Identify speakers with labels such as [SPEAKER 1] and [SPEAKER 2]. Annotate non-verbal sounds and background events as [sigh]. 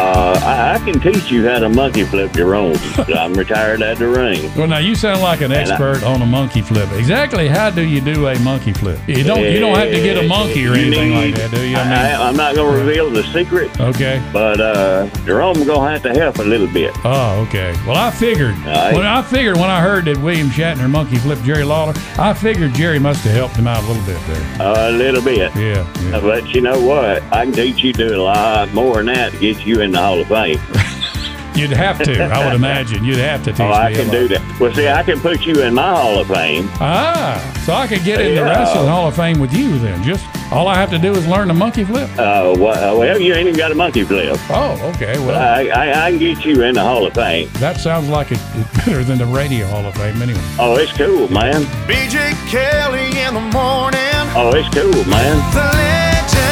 [SPEAKER 1] Uh, I, I can teach you how to monkey flip your
[SPEAKER 2] [laughs]
[SPEAKER 1] own. I'm retired at the ring.
[SPEAKER 2] Well, now you sound like an expert on a monkey flip. Exactly, how do you do a monkey flip? You don't. You don't have to get a monkey or
[SPEAKER 1] You
[SPEAKER 2] anything like
[SPEAKER 1] need-
[SPEAKER 2] that, do you? I mean,
[SPEAKER 1] I, am not going to reveal the secret,
[SPEAKER 2] okay.
[SPEAKER 1] but uh, Jerome going to have to help a little bit.
[SPEAKER 2] Oh, okay. Well, I figured.
[SPEAKER 1] right.
[SPEAKER 2] When I figured when I heard that William Shatner monkey flipped Jerry Lawler, I figured Jerry must have helped him out a little bit there.
[SPEAKER 1] A little bit.
[SPEAKER 2] Yeah. yeah.
[SPEAKER 1] But you know what? I can teach you to do a lot more than that to get you in the Hall of
[SPEAKER 2] [laughs]
[SPEAKER 1] Fame.
[SPEAKER 2] You'd have to. I would imagine you'd have to
[SPEAKER 1] [laughs]
[SPEAKER 2] teach
[SPEAKER 1] Oh,
[SPEAKER 2] me.
[SPEAKER 1] I
[SPEAKER 2] a
[SPEAKER 1] can
[SPEAKER 2] lot.
[SPEAKER 1] do that. Well, see, I can put you in my Hall of Fame.
[SPEAKER 2] Ah, so I could get in the
[SPEAKER 1] Yeah.
[SPEAKER 2] Wrestling Hall of Fame with you then. Just all I have to do is learn the monkey flip.
[SPEAKER 1] Uh, wha- well, you ain't even got a monkey flip.
[SPEAKER 2] Oh, okay. Well,
[SPEAKER 1] I, I, I can get you in the Hall of Fame.
[SPEAKER 2] that sounds like it, it's better than the Radio Hall of Fame anyway.
[SPEAKER 1] Oh, it's cool, man.
[SPEAKER 3] BJ Kelly in the morning.
[SPEAKER 1] Oh, it's cool, man.
[SPEAKER 3] The legend.